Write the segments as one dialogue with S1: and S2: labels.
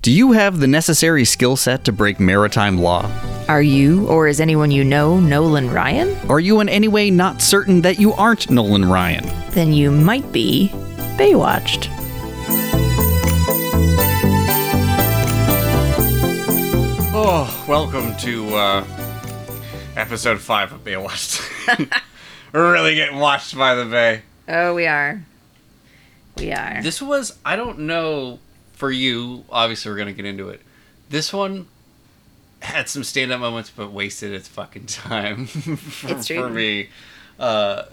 S1: Do you have the necessary skill set to break maritime law?
S2: Are you, or is anyone you know, Nolan Ryan?
S1: Are you in any way not certain that you aren't Nolan Ryan?
S2: Then you might be Baywatched.
S3: Oh, welcome to uh, episode five of Baywatch. We're really getting watched by the bay.
S2: Oh, we are. We are.
S3: This was, I don't know for you, obviously we're going to get into it. This one had some stand up moments, but wasted its fucking time for,
S2: It's true.
S3: for me. Uh,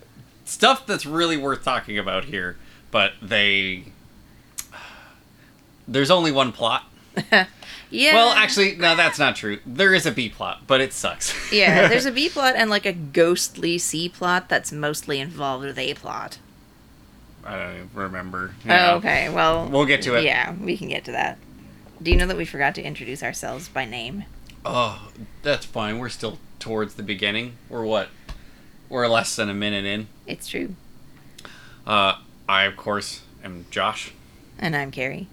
S3: stuff that's really worth talking about here, but they. There's only one plot.
S2: yeah.
S3: Well, actually, no, that's not true. There is a B plot, but it sucks.
S2: yeah, there's a B plot and like a ghostly C plot that's mostly involved with A plot.
S3: I don't even remember.
S2: Oh, okay. Well,
S3: We'll get to it.
S2: Yeah, we can get to that. Do you know that we forgot to introduce ourselves by name?
S3: Oh, that's fine. We're still towards the beginning. We're what? We're less than a minute in.
S2: It's true.
S3: Uh, I, of course, am Josh,
S2: And I'm Carrie.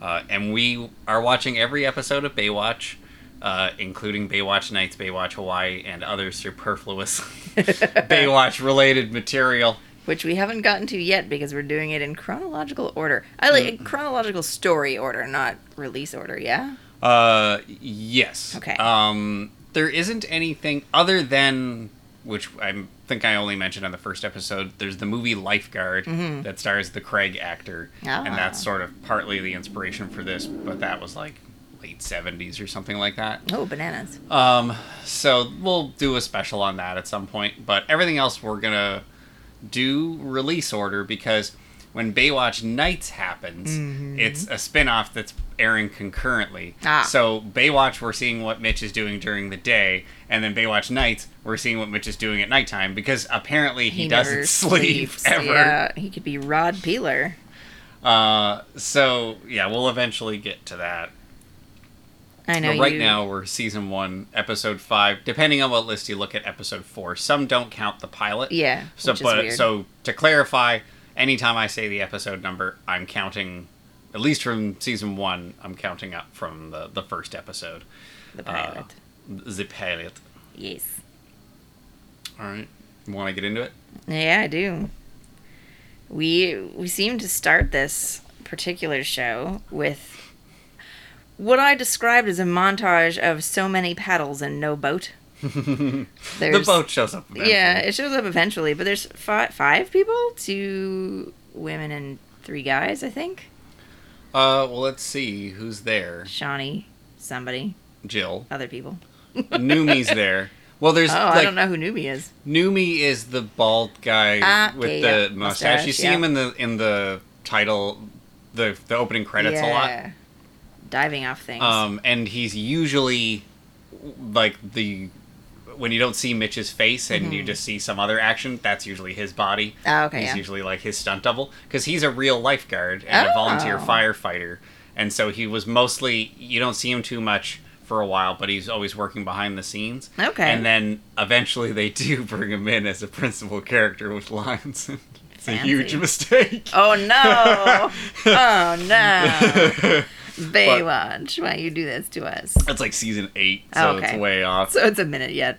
S3: uh, and we are watching every episode of Baywatch, uh, including Baywatch Nights, Baywatch Hawaii, and other superfluous Baywatch related material.
S2: Which we haven't gotten to yet because we're doing it in chronological order. I like
S3: Mm.
S2: chronological story order, not release order, yeah?
S3: Uh, yes.
S2: Okay.
S3: Um, there isn't anything other than which I think I only mentioned on the first episode. There's the movie Lifeguard that stars the Craig actor,
S2: Ah.
S3: and that's sort of partly the inspiration for this. But that was like late '70s or something like that.
S2: Oh, bananas.
S3: Um, so we'll do a special on that at some point, but everything else we're gonna do release order because when Baywatch Nights happens, it's a spin-off that's airing concurrently.
S2: Ah.
S3: So Baywatch we're seeing what Mitch is doing during the day, and then Baywatch Nights we're seeing what Mitch is doing at nighttime because apparently he, doesn't
S2: never
S3: sleep
S2: sleeps.
S3: ever.
S2: Yeah, he could be Rod Peeler.
S3: Uh, so yeah, we'll eventually get to that.
S2: I know
S3: But right
S2: you-
S3: now we're season one, episode five. Depending on what list you look at, episode four. Some don't count the pilot.
S2: Yeah.
S3: So,
S2: which is
S3: but
S2: weird.
S3: so to clarify, anytime I say the episode number, I'm counting. At least from season one, I'm counting up from the the first episode,
S2: the
S3: uh,
S2: pilot.
S3: the pilot.
S2: yes.
S3: All right. Want to get into it?
S2: Yeah, I do. We we seem to start this particular show with what I described as a montage of so many paddles and no boat. There's,
S3: the boat shows up. Eventually.
S2: Yeah, it shows up eventually, but there's five, five people, two women and three guys, I think.
S3: Uh, well, let's see who's there.
S2: Shawnee, somebody,
S3: Jill.
S2: other people.
S3: Numi's there. Well, there's
S2: Oh,
S3: like
S2: I don't know who Numi is.
S3: Numi is the bald guy
S2: Ah,
S3: with
S2: yeah, yeah.
S3: the mustache. You
S2: Mustache,
S3: see
S2: yeah.
S3: him in the in the title, the the opening credits
S2: Yeah. Diving off
S3: a
S2: things.
S3: lot. Um, and he's usually like the when you don't see Mitch's face and you just see some other action, that's usually his body.
S2: Ah, Mm-hmm. okay,
S3: He's
S2: yeah.
S3: usually like his stunt double because he's a real lifeguard and a volunteer
S2: Oh.
S3: firefighter, and so he was mostly you don't see him too much for a while, but he's always working behind the scenes.
S2: Okay.
S3: and then eventually they do bring him in as a principal character with lines. it's a huge
S2: Fancy.
S3: mistake.
S2: Oh no! oh no! Baywatch, why you do this to us?
S3: That's like season eight, so
S2: Oh, Okay.
S3: it's way off.
S2: So it's a minute yet.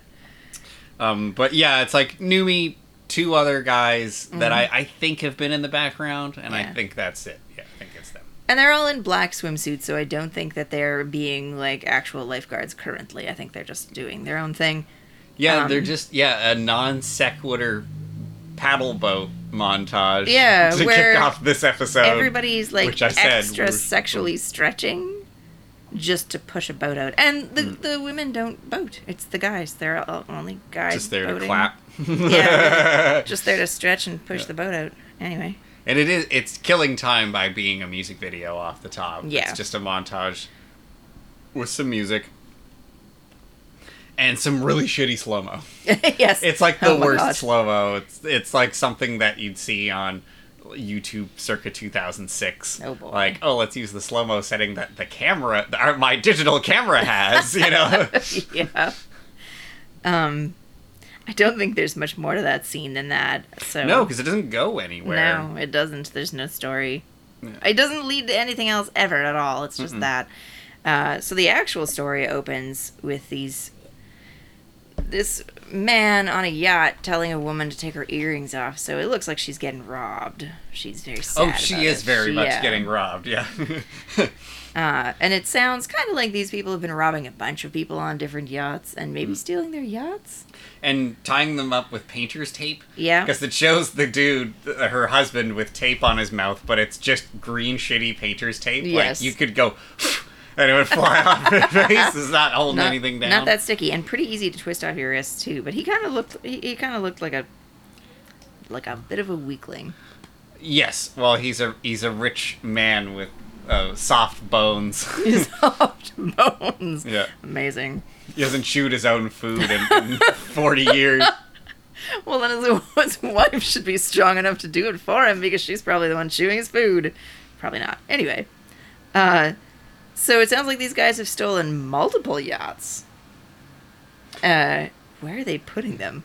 S3: Um, but yeah, it's like Numi, two other guys that I, I think have been in the background, and
S2: Mm-hmm. Yeah.
S3: I think that's it. Yeah, I think it's them.
S2: And they're all in black swimsuits, so I don't think that they're being like actual lifeguards currently. I think they're just doing their own thing.
S3: Yeah,
S2: Um,
S3: they're just yeah a non sequitur paddle boat montage.
S2: Yeah,
S3: to
S2: where
S3: kick off this episode.
S2: Everybody's like
S3: which I said
S2: extra
S3: were-
S2: sexually stretching just to push a boat out. And the,
S3: Mm.
S2: the women don't boat, it's the guys. They're all only guys.
S3: just there to
S2: boating.
S3: clap.
S2: Yeah, Just there to stretch and push the boat out. Anyway.
S3: And it is it's killing time by being a music video off the top.
S2: Yeah.
S3: It's just a montage with some music and some really shitty slow-mo.
S2: yes.
S3: It's like the
S2: Oh my
S3: worst
S2: God.
S3: slow-mo. It's it's like something that you'd see on YouTube circa 2006.
S2: Oh, boy.
S3: Like, oh, let's use the slow-mo setting that the camera the, or my digital camera has, you know.
S2: yeah. Um, I don't think there's much more to that scene than that. So
S3: no, cuz it doesn't go anywhere.
S2: no, it doesn't. There's no story. It doesn't lead to anything else ever at all. It's just that. Uh, so the actual story opens with these this man on a yacht telling a woman to take her earrings off. So it looks like she's getting robbed. She's very sad.
S3: oh, she
S2: about
S3: is
S2: it.
S3: very much
S2: Yeah.
S3: getting robbed. Yeah.
S2: Uh, and it sounds kind of like these people have been robbing a bunch of people on different yachts and
S3: Mm.
S2: maybe stealing their yachts.
S3: and tying them up with painter's tape.
S2: Yeah.
S3: Because it shows the dude, uh, her husband, with tape on his mouth, but it's just green, shitty painter's tape.
S2: Yes.
S3: Like, you could go, and it would fly off your face. It's not holding anything down.
S2: Not that sticky and pretty easy to twist off your wrists too. But he kind of looked he, he kind of looked like a like a bit of a weakling.
S3: Yes. Well, he's a he's a rich man with uh, soft bones.
S2: His soft bones.
S3: yeah.
S2: Amazing.
S3: He doesn't shoot his own food in, in 40 years.
S2: Well, then his, his wife should be strong enough to do it for him because she's probably the one chewing his food. Probably not. Anyway, uh, so it sounds like these guys have stolen multiple yachts. Uh, where are they putting them?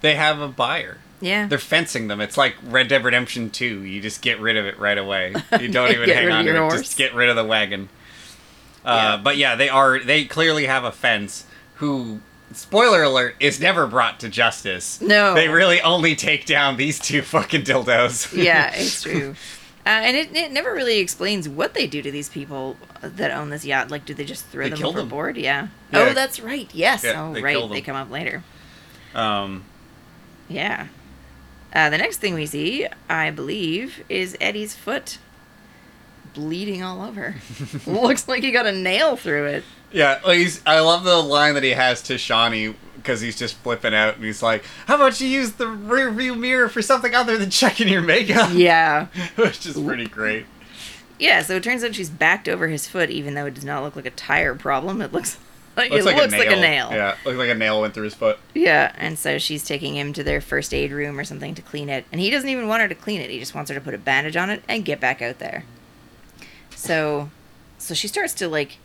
S3: They have a buyer.
S2: Yeah.
S3: They're fencing them. It's like Red Dead Redemption 2. You just get rid of it right away. You don't even
S2: Get
S3: hang
S2: rid of
S3: on to it.
S2: your horse.
S3: Just get rid of the wagon.
S2: Yeah.
S3: Uh, But yeah, they are. They clearly have a fence. Who, spoiler alert, is never brought to justice.
S2: No.
S3: They really only take down these two fucking dildos.
S2: yeah, it's true. Uh, and it, it never really explains what they do to these people that own this yacht. Like, do they just throw
S3: They
S2: them
S3: kill them.
S2: overboard? Yeah.
S3: Yeah.
S2: Oh, that's right. Yes.
S3: Yeah,
S2: oh,
S3: they
S2: right.
S3: kill
S2: They
S3: them.
S2: come up later.
S3: um,
S2: Yeah. Uh, the next thing we see, I believe, is Eddie's foot bleeding all over. Looks like he got a nail through it.
S3: Yeah, well, he's, I love the line that he has to Shawnee because he's just flipping out and he's like, "How about you use the rear view mirror for something other than checking your makeup?"
S2: Yeah.
S3: which is pretty great.
S2: Yeah, so it turns out she's backed over his foot, even though it does not look like a tire problem. It looks like it looks like a nail.
S3: Yeah, looks like a nail went through his foot.
S2: Yeah, and so she's taking him to their first aid room or something to clean it. And he doesn't even want her to clean it. He just wants her to put a bandage on it and get back out there. So so she starts to like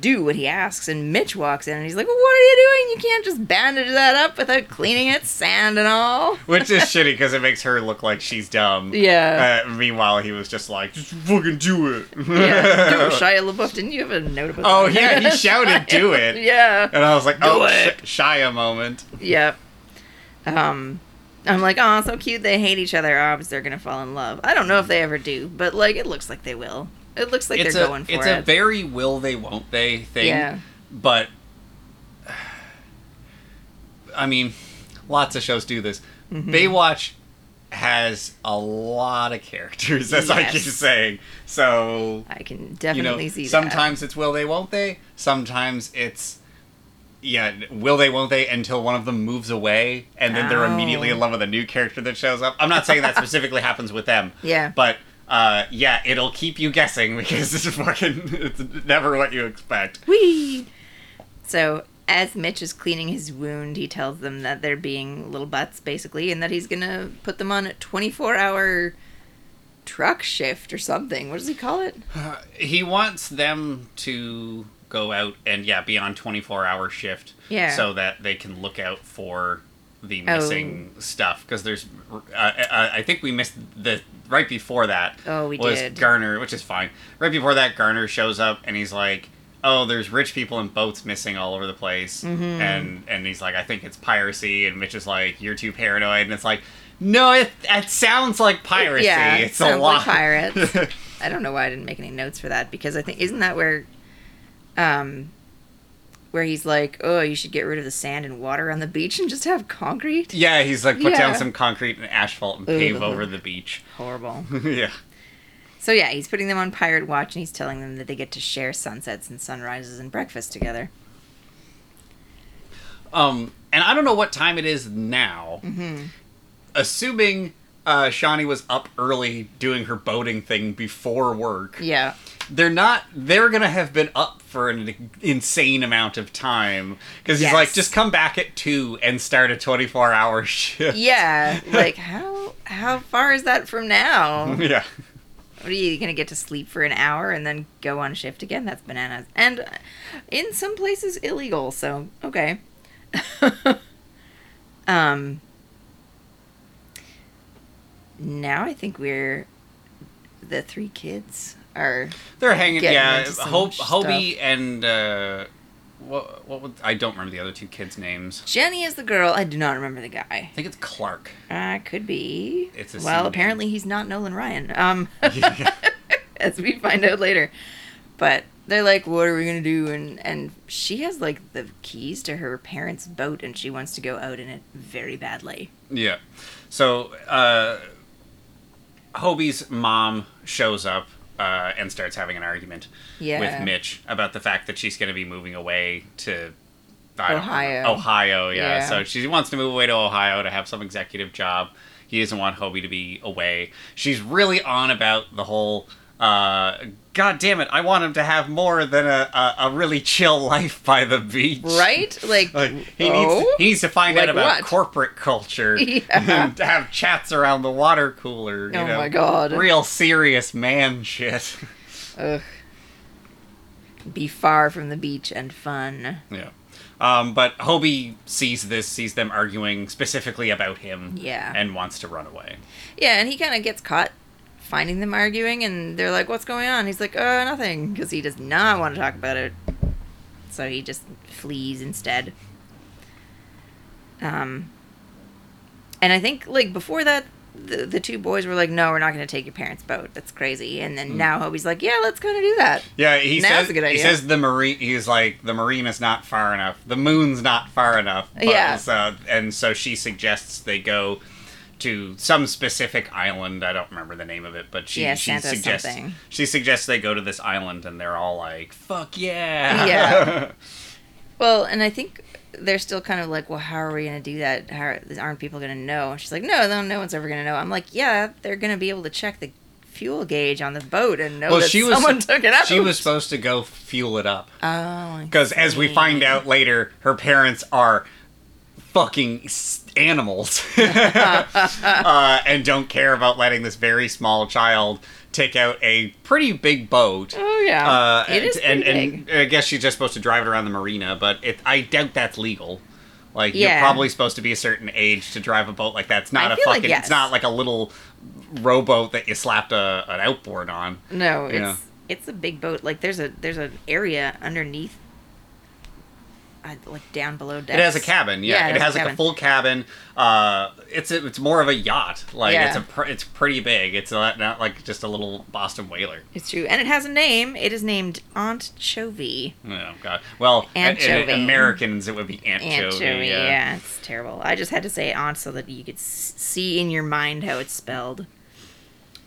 S2: do what he asks and Mitch walks in and he's like, well, "What are you doing? You can't just bandage that up without cleaning it, sand and all."
S3: Which is shitty because it makes her look like she's dumb.
S2: Yeah.
S3: Uh, meanwhile, he was just like, "Just fucking do it."
S2: Yeah. Dude, Shia LaBeouf, didn't you have a note about
S3: oh
S2: that?
S3: yeah, he shouted, "Do it!"
S2: Yeah.
S3: And I was like,
S2: Do
S3: "Oh,
S2: it."
S3: sh- Shia moment."
S2: Yep. Um, I'm like, oh, so cute. They hate each other. Obs, they're gonna fall in love. I don't know if they ever do, but like, it looks like they will. It looks like
S3: it's
S2: they're
S3: a,
S2: going for
S3: it's a
S2: it.
S3: very will they won't they thing
S2: Yeah.
S3: but i mean lots of shows do this
S2: Mm-hmm.
S3: baywatch has a lot of characters as i
S2: Yes.
S3: keep saying so
S2: I can
S3: you know
S2: definitely see
S3: sometimes it's will they won't they sometimes it's yeah will they won't they until one of them moves away and then they're
S2: Oh.
S3: immediately in love with a new character that shows up i'm not saying that specifically happens with them
S2: Yeah.
S3: but uh, yeah it'll keep you guessing because it's fucking it's never what you expect
S2: that. Whee! So as Mitch is cleaning his wound, he tells them that they're being little butts, basically, and that he's gonna put them on a 24-hour truck shift or something. What does he call it?
S3: he wants them to go out and yeah be on 24 hour shift
S2: Yeah. Oh.
S3: so that they can look out for the missing stuff because there's uh, uh, i think we missed the right before that
S2: Oh, we
S3: was
S2: did.
S3: garner which is fine right before that garner shows up and he's like oh there's rich people and boats missing all over the place
S2: Mm-hmm.
S3: and and he's like i think it's piracy and mitch is like you're too paranoid and it's like no it, it sounds like piracy
S2: Yeah,
S3: it's
S2: sounds
S3: a
S2: like
S3: lot
S2: pirates. I don't know why I didn't make any notes for that because I think isn't that where, um, where he's like, oh, you should get rid of the sand and water on the beach and just have concrete.
S3: Yeah, he's like put down
S2: Yeah.
S3: some concrete and asphalt and pave
S2: Ugh.
S3: over the beach.
S2: Horrible.
S3: yeah.
S2: so yeah, he's putting them on pirate watch and he's telling them that they get to share sunsets and sunrises and breakfast together.
S3: Um, and I don't know what time it is now.
S2: Mm-hmm.
S3: Assuming uh, Shawnee was up early doing her boating thing before work,
S2: Yeah.
S3: they're not. They're gonna have been up for an insane amount of time because he's
S2: Yes.
S3: like, just come back at two and start a twenty-four hour shift.
S2: Yeah. like how how far is that from now?
S3: yeah.
S2: What are you gonna get to sleep for an hour and then go on shift again? That's bananas, and uh, in some places illegal. So okay. um. Now I think we're the three kids are
S3: They're hanging.
S2: Getting
S3: Yeah,
S2: into some
S3: Ho-
S2: stuff.
S3: Hobie and uh, what? What? Would, I don't remember the other two kids' names.
S2: Jenny is the girl. I do not remember the guy.
S3: I think it's Clark.
S2: Uh, could be.
S3: It's a
S2: well,
S3: scene.
S2: apparently he's not Nolan Ryan. Um, as we find out later. But they're like, "What are we gonna do?" And and she has like the keys to her parents' boat, and she wants to go out in it very badly.
S3: Yeah. So uh, Hobie's mom shows up uh, and starts having an argument
S2: Yeah.
S3: with Mitch about the fact that she's going to be moving away to I don't
S2: Ohio.
S3: know, Ohio, yeah.
S2: Yeah.
S3: So she wants to move away to Ohio to have some executive job. He doesn't want Hobie to be away. She's really on about the whole. Uh, God damn it! I want him to have more than a, a, a really chill life by the beach,
S2: Right? Like,
S3: like he needs
S2: oh?
S3: he needs to find
S2: Like
S3: out about
S2: what?
S3: corporate culture
S2: Yeah.
S3: and to have chats around the water cooler. you
S2: Oh
S3: know,
S2: my God.
S3: Real serious man shit.
S2: Ugh. Be far from the beach and fun.
S3: yeah. Um, but Hobie sees this, sees them arguing specifically about him,
S2: Yeah.
S3: and wants to run away.
S2: Yeah, and he kind of gets caught finding them arguing, and they're like, "What's going on?" He's like, "Uh, nothing," because he does not want to talk about it. So he just flees instead. Um, and I think like before that, the the two boys were like, "No, we're not going to take your parents' boat. That's crazy." And then now Hobie's like, "Yeah, let's kind of do that."
S3: Yeah, he
S2: Now's
S3: says
S2: a good
S3: he
S2: idea.
S3: says the marine. He's like the marine is not far enough. The moon's not far enough. but
S2: Yeah.
S3: it's, uh, and so she suggests they go to some specific island. I don't remember the name of it, but she
S2: Yeah,
S3: she
S2: Santa
S3: suggests
S2: something.
S3: she suggests they go to this island, and they're all like, "Fuck yeah!"
S2: Yeah. Well, and I think they're still kind of like, well, how are we going to do that? How are, aren't people going to know? And she's like, no, no, no one's ever going to know. I'm like, yeah, they're going to be able to check the fuel gauge on the boat and know
S3: Well,
S2: Oh, that
S3: she was-
S2: someone took it out.
S3: she was supposed to go fuel it up
S2: Oh, I
S3: because, as we
S2: see.
S3: find out later, her parents are fucking s- animals uh, and don't care about letting this very small child take out a pretty big boat.
S2: Oh yeah,
S3: Uh,
S2: it is
S3: and,
S2: pretty
S3: and,
S2: big.
S3: and I guess she's just supposed to drive it around the marina, but it, I doubt that's legal. Like
S2: Yeah.
S3: you're probably supposed to be a certain age to drive a boat like that. It's not
S2: I
S3: a
S2: feel like
S3: fucking.
S2: yes.
S3: It's not like a little rowboat that you slapped a, an outboard on.
S2: no, it's
S3: yeah.
S2: it's a big boat. Like there's a there's an area underneath, uh, like down below deck.
S3: It has a cabin, yeah. it, has like a
S2: cabin.
S3: full cabin. Uh, it's a, it's more of a yacht. Like
S2: Yeah.
S3: it's a pr- it's pretty big. It's not, not like just a little Boston whaler.
S2: It's true, and it has a name. It is named Aunt Chovy.
S3: Oh god. Well, in, in
S2: Anchovy.
S3: Americans it would be anchovy.
S2: anchovy. yeah. it's terrible. I just had to say aunt so that you could s- see in your mind how it's spelled.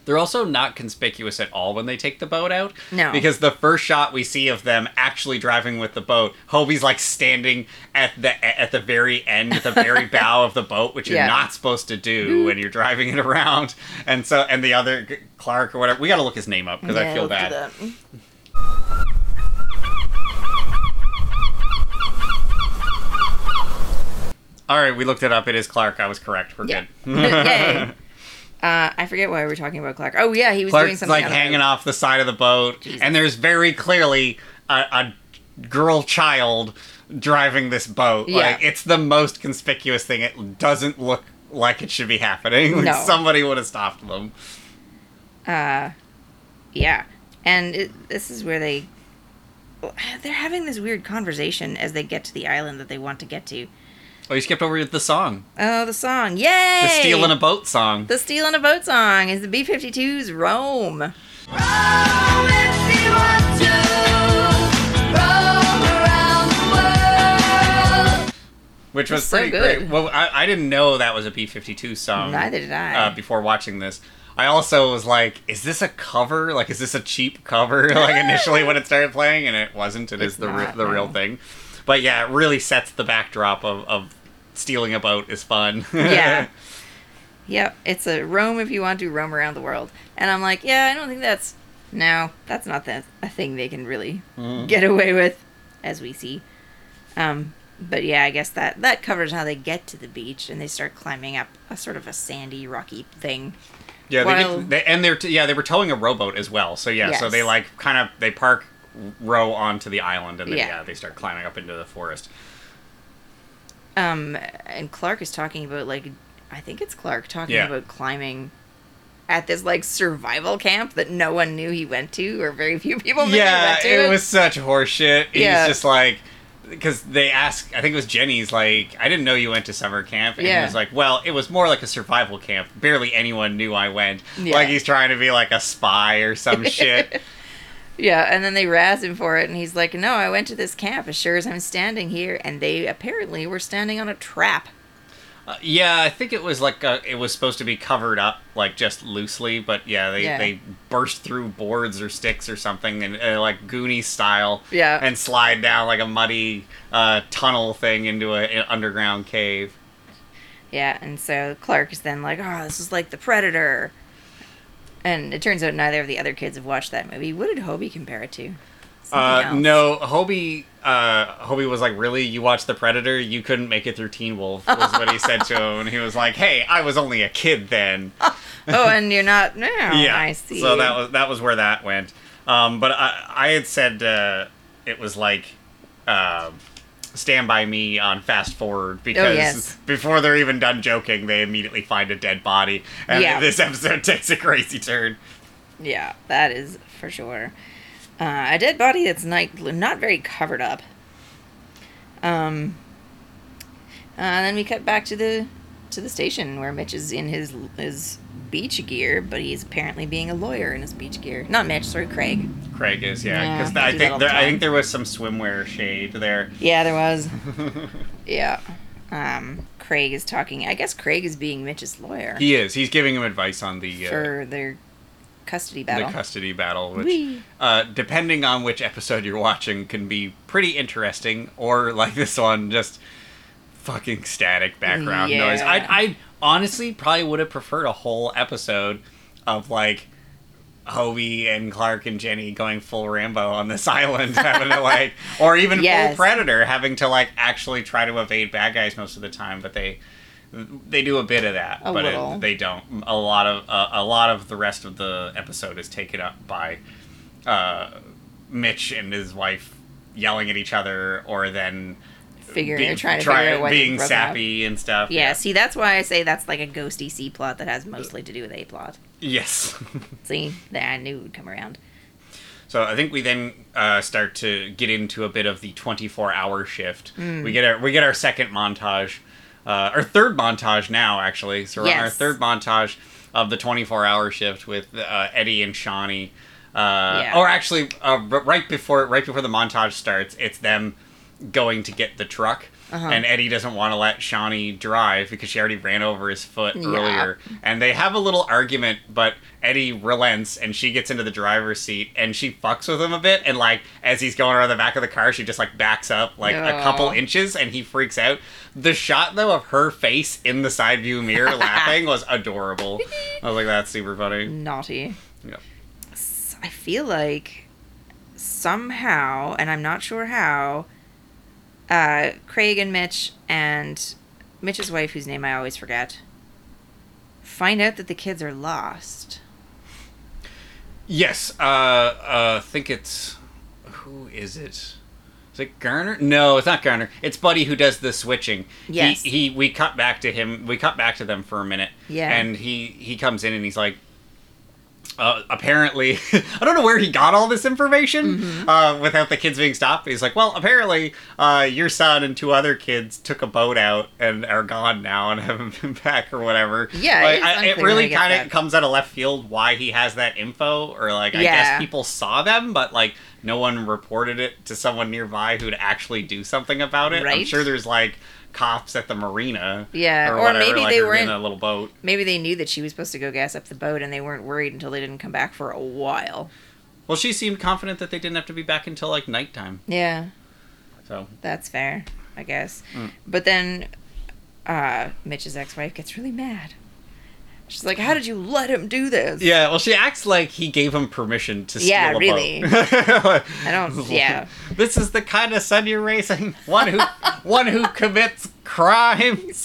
S3: They're also not conspicuous at all when they take the boat out.
S2: No.
S3: Because the first shot we see of them actually driving with the boat, Hobie's like standing at the at the very end, at the very bow of the boat, which
S2: Yeah.
S3: you're not supposed to do when you're driving it around. And so and the other Clark or whatever, we got to look his name up because I feel bad. All right, we looked it up. It is Clark. I was correct. We're
S2: Yeah.
S3: good.
S2: Yay. Uh, I forget why we were talking about Clark. Oh yeah, he was doing
S3: Clark's
S2: something.
S3: like
S2: on the
S3: hanging
S2: boat.
S3: off the side of the boat, and there's very clearly a, a girl child driving this boat.
S2: Yeah.
S3: Like it's the most conspicuous thing. It doesn't look like it should be happening. Like,
S2: No.
S3: Somebody would have stopped them.
S2: Yeah, and it, this is where they they're having this weird conversation as they get to the island that they want to get to.
S3: Oh, you skipped over the song,
S2: Oh, the song! Yay!
S3: the "Steal in a Boat" song.
S2: The Steal in a Boat song is the B-52's Rome.
S3: which was
S2: It's so
S3: pretty
S2: good.
S3: great. Well, I, I didn't know that was a B fifty two song.
S2: Neither did I.
S3: Uh, before watching this, I also was like, "Is this a cover? Like, is this a cheap cover?" like initially when it started playing, and it wasn't. It is
S2: It's
S3: the
S2: not,
S3: re- the real
S2: no.
S3: thing. But yeah, it really sets the backdrop of of stealing a boat is fun.
S2: yeah. Yep. It's a roam if you want to roam around the world. And I'm like, yeah, I don't think that's no, that's not that a thing they can really
S3: Mm.
S2: get away with, as we see. Um, but yeah, I guess that that covers how they get to the beach and they start climbing up a sort of a sandy, rocky thing.
S3: Yeah, they,
S2: Well-
S3: get, they and they're t- yeah they were towing a rowboat as well. So yeah, so
S2: Yes.
S3: they like kind of they park row onto the island and then
S2: Yeah.
S3: yeah they start climbing up into the forest.
S2: Um, and Clark is talking about like, I think it's Clark talking
S3: Yeah.
S2: about climbing at this like survival camp that no one knew he went to, or very few people knew he
S3: yeah,
S2: went to.
S3: it was such horseshit. He's
S2: Yeah.
S3: just like, because they asked, I think it was Jenny's, like, I didn't know you went to summer camp. And he
S2: Yeah.
S3: was like, well, it was more like a survival camp. Barely anyone knew I went.
S2: Yeah.
S3: Like, he's trying to be like a spy or some shit.
S2: Yeah, and then they razz him for it, and he's like, "No, I went to this camp as sure as I'm standing here." And they apparently were standing on a trap.
S3: Uh, yeah, I think it was like, uh it was supposed to be covered up, like, just loosely. But yeah, they,
S2: Yeah.
S3: they burst through boards or sticks or something, and uh, like Goonie style.
S2: Yeah.
S3: And slide down like a muddy uh, tunnel thing into a- an underground cave.
S2: Yeah, and so Clark is then like, "Oh, this is like the Predator." And it turns out neither of the other kids have watched that movie. What did Hobie compare it to? Something
S3: Uh,
S2: else.
S3: no, Hobie. Uh, Hobie was like, "Really? You watched The Predator? You couldn't make it through Teen Wolf," was what he said to him. And he was like, "Hey, I was only a kid then."
S2: Oh, and you're not. No,
S3: yeah,
S2: I see.
S3: So that was that was where that went. Um, but I, I had said uh, it was like uh, Stand by Me on fast forward because
S2: Oh, yes.
S3: before they're even done joking, they immediately find a dead body, and
S2: Yeah.
S3: this episode takes a crazy turn.
S2: Yeah, that is for sure. Uh, a dead body that's not not very covered up. Um, uh, and then we cut back to the to the station where Mitch is in his his beach gear, but he's apparently being a lawyer in his beach gear. Not Mitch, sorry, Craig.
S3: Craig is yeah,
S2: Yeah,
S3: because
S2: they
S3: I
S2: do that
S3: think
S2: all the
S3: there, I
S2: time.
S3: think there was some swimwear shade there.
S2: Yeah, there was. yeah. Um, Craig is talking. I guess Craig is being Mitch's lawyer
S3: He is. He's giving him advice on the uh,
S2: for their custody
S3: the
S2: battle.
S3: custody battle, which,
S2: Whee.
S3: uh, depending on which episode you're watching, can be pretty interesting, or like this one, just fucking static background
S2: Yeah.
S3: noise. I, I honestly probably would have preferred a whole episode of like Hobie and Clark and Jenny going full Rambo on this island, having to like, or even full
S2: Yes.
S3: Predator having to like actually try to evade bad guys most of the time, but they. They do a bit of that,
S2: A
S3: but it-
S2: little.
S3: they don't. A lot of uh, a lot of the rest of the episode is taken up by uh, Mitch and his wife yelling at each other, or then
S2: Figure
S3: be-
S2: they're trying to
S3: try-
S2: figure out why they
S3: being
S2: broke up.
S3: sappy and stuff.
S2: Yeah, see, that's why I say that's like a ghosty C plot that has mostly to do with A plot.
S3: Yes.
S2: See, that I knew would come around.
S3: So I think we then uh, start to get into a bit of the 24-hour shift.
S2: Hmm.
S3: We get our we get our second montage, uh, our third montage now actually. So we're on our
S2: Yes.
S3: third montage of the 24-hour shift with uh, Eddie and Shawnee. Uh,
S2: Yeah.
S3: Or actually, uh, r- right before right before the montage starts, it's them going to get the truck. And Eddie doesn't want to let Shawnee drive because she already ran over his foot
S2: Yeah.
S3: earlier. And they have a little argument, but Eddie relents and she gets into the driver's seat and she fucks with him a bit. And like as he's going around the back of the car, she just like backs up like a couple
S2: No.
S3: inches and he freaks out. The shot though of her face in the side view mirror laughing was adorable. I was like, that's super
S2: Mm.
S3: funny.
S2: Naughty.
S3: Yeah.
S2: S- I feel like somehow, and I'm not sure how, uh, Craig and Mitch and Mitch's wife, whose name I always forget, find out that the kids are lost.
S3: Yes, uh, uh, I think it's who is it? Is it Garner? No, it's not Garner. It's Buddy who does the switching.
S2: Yes.
S3: He, he we cut back to him. We cut back to them for a minute.
S2: Yeah.
S3: And he he comes in and he's like. Uh, apparently, I don't know where he got all this information
S2: Mm-hmm.
S3: uh, without the kids being stopped. He's like, "Well, apparently, uh, your son and two other kids took a boat out and are gone now and haven't been back or whatever."
S2: Yeah, it
S3: like,
S2: is
S3: I- it
S2: unclear when
S3: really
S2: I get
S3: kind of
S2: that.
S3: comes out of left field why he has that info or like i guess
S2: Yeah.
S3: people saw them but like no one reported it to someone nearby who'd actually do something about it i'm
S2: Right.
S3: sure there's like cops at the marina
S2: Yeah, or maybe
S3: like,
S2: they
S3: are in
S2: weren't-
S3: a little boat
S2: Maybe they knew that she was supposed to go gas up the boat and they weren't worried until they didn't come back for a while.
S3: well she seemed confident that they didn't have to be back until like nighttime
S2: Yeah.
S3: so
S2: That's fair, I guess.
S3: Mm.
S2: But then uh, Mitch's ex wife gets really mad. She's like, How did you let him do this?
S3: yeah well she acts like he gave him permission to steal
S2: Yeah,
S3: a boat.
S2: really. I don't, yeah.
S3: this is the kind of son you're raising one who one who commits crimes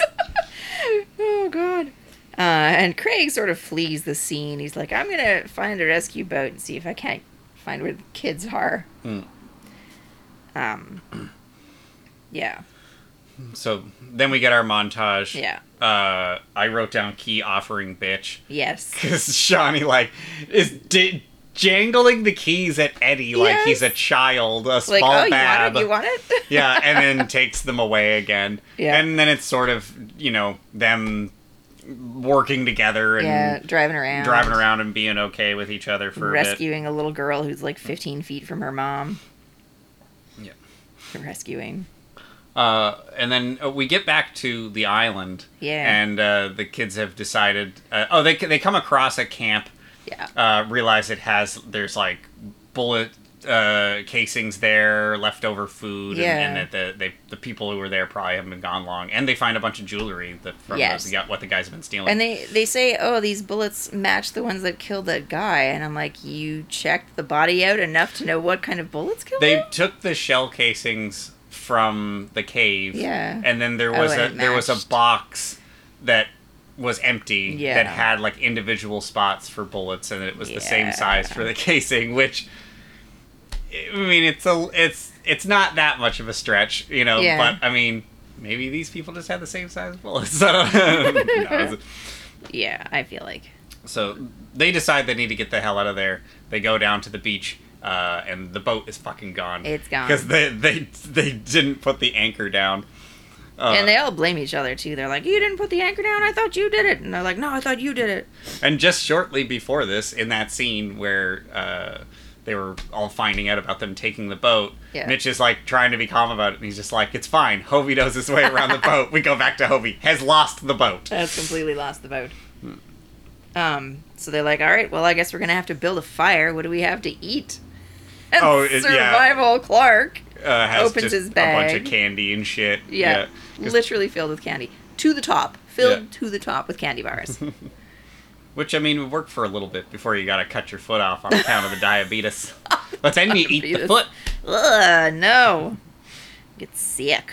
S2: Oh, God. Uh, and Craig sort of flees the scene. He's like, I'm going to find a rescue boat and see if I can't find where the
S3: Mm.
S2: kids are. Um, yeah.
S3: So then we get our montage.
S2: Yeah.
S3: Uh, I wrote down key offering bitch
S2: Yes.
S3: because Shawnee like is di- jangling the keys at Eddie like he's a
S2: Yes.
S3: child, a small
S2: Like, oh, you
S3: bab.
S2: want it? You want it?
S3: yeah, and then takes them away again.
S2: Yeah.
S3: And then it's sort of, you know, them working together and
S2: yeah, driving around.
S3: driving around and being okay with each other for a
S2: rescuing a little girl who's like 15 feet from her mom.
S3: bit. Yeah.
S2: Rescuing.
S3: Uh, and then uh, we get back to the island.
S2: Yeah.
S3: And uh, the kids have decided. Uh, oh, they they come across a camp,
S2: Yeah.
S3: uh, realize it has there's like bullet uh, casings there, leftover food, and,
S2: Yeah.
S3: and that the they, the people who were there probably haven't been gone long. And they find a bunch of jewelry that from
S2: Yes.
S3: those, yeah, what the guys have been stealing.
S2: And they they say, "Oh, these bullets match the ones that killed that guy." And I'm like, "You checked the body out enough to know what kind of bullets killed
S3: they
S2: him?"
S3: took the shell casings from the cave.
S2: Yeah.
S3: And then there
S2: Oh,
S3: was
S2: and
S3: a
S2: it
S3: there was a
S2: matched.
S3: box that was empty
S2: Yeah.
S3: that had like individual spots for bullets and it was the same
S2: Yeah.
S3: size for the casing which I mean it's a it's it's not that much of a stretch, you know,
S2: Yeah.
S3: but I mean maybe these people just had the same size bullets. So, no, it's-
S2: Yeah, I feel like.
S3: so they decide they need to get the hell out of there. They go down to the beach, uh, and the boat is fucking gone.
S2: It's gone.
S3: because they they they didn't put the anchor down. Uh,
S2: and they all blame each other too. They're like, "You didn't put the anchor down. I thought you did it." And they're like, "No, I thought you did it."
S3: and just shortly before this, in that scene where uh, they were all finding out about them taking the boat,
S2: Yeah.
S3: Mitch is like trying to be calm about it, and he's just like, "It's fine. Hovey knows his way around the boat." We go back to Hovey has lost the boat.
S2: That's completely lost the boat.
S3: Hmm.
S2: Um, so they're like, "All right, well, I guess we're gonna have to build a fire. What do we have to eat?" And
S3: Oh, it- yeah.
S2: survival Clark,
S3: Uh, has
S2: Opens
S3: just
S2: his
S3: a bunch
S2: bag.
S3: of candy and shit.
S2: yeah,
S3: 'Cause
S2: literally filled with candy to the top, filled
S3: Yeah.
S2: to the top with candy bars.
S3: Which I mean, would work for a little bit before you gotta cut your foot off on account of the diabetes. But then you eat the
S2: Diabetes.
S3: foot.
S2: Ugh, no. Get sick.